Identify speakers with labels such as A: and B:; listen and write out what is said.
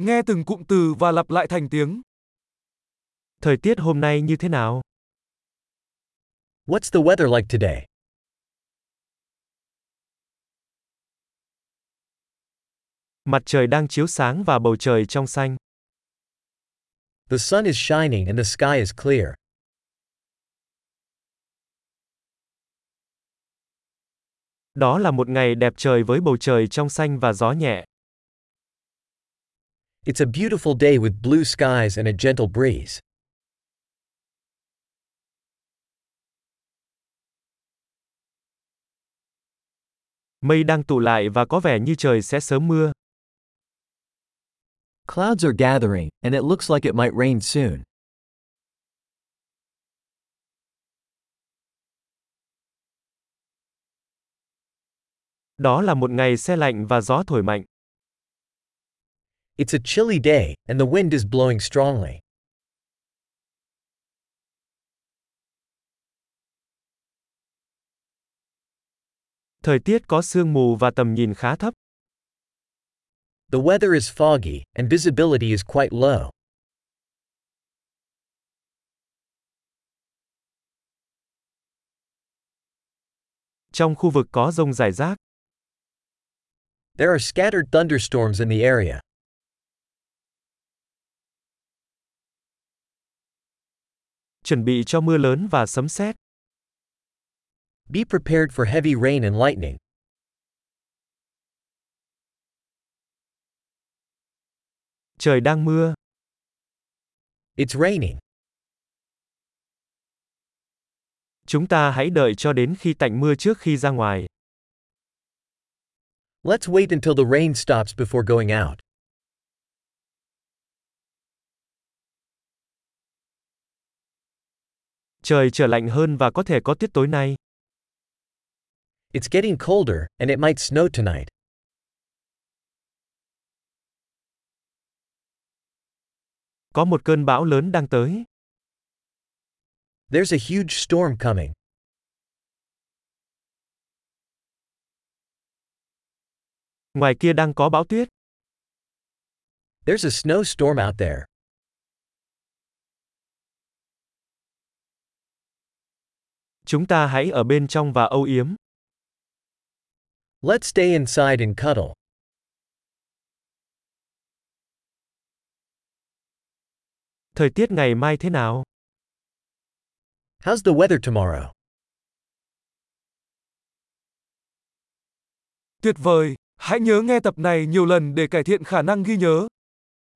A: Nghe từng cụm từ và lặp lại thành tiếng.
B: Thời tiết hôm nay như thế nào?
C: What's the weather like today?
B: Mặt trời đang chiếu sáng và bầu trời trong xanh.
C: The sun is shining and the sky is clear.
B: Đó là một ngày đẹp trời với bầu trời trong xanh và gió nhẹ.
C: It's a beautiful day with blue skies and a gentle breeze.
B: Mây đang tụ lại và có vẻ như trời sẽ sớm mưa.
C: Clouds are gathering, and it looks like it might rain soon.
B: Đó là một ngày se lạnh và gió thổi mạnh.
C: It's a chilly day, and the wind is blowing strongly.
B: Thời tiết có sương mù và tầm nhìn khá thấp.
C: The weather is foggy, and visibility is quite low.
B: Trong khu vực có rông rải rác.
C: There are scattered thunderstorms in the area.
B: Chuẩn bị cho mưa lớn và sấm sét.
C: Be prepared for heavy rain and lightning.
B: Trời đang mưa.
C: It's raining.
B: Chúng ta hãy đợi cho đến khi tạnh mưa trước khi ra ngoài.
C: Let's wait until the rain stops before going out.
B: Trời trở lạnh hơn và có thể có tiết tối nay.
C: It's getting colder, and it might snow tonight.
B: Có một cơn bão lớn đang tới.
C: There's a huge storm coming.
B: Ngoài kia đang có bão tuyết.
C: There's a snowstorm out there.
B: Chúng ta hãy ở bên trong và âu yếm.
C: Let's stay inside and cuddle.
B: Thời tiết ngày mai thế nào?
C: How's the weather tomorrow?
A: Tuyệt vời! Hãy nhớ nghe tập này nhiều lần để cải thiện khả năng ghi nhớ.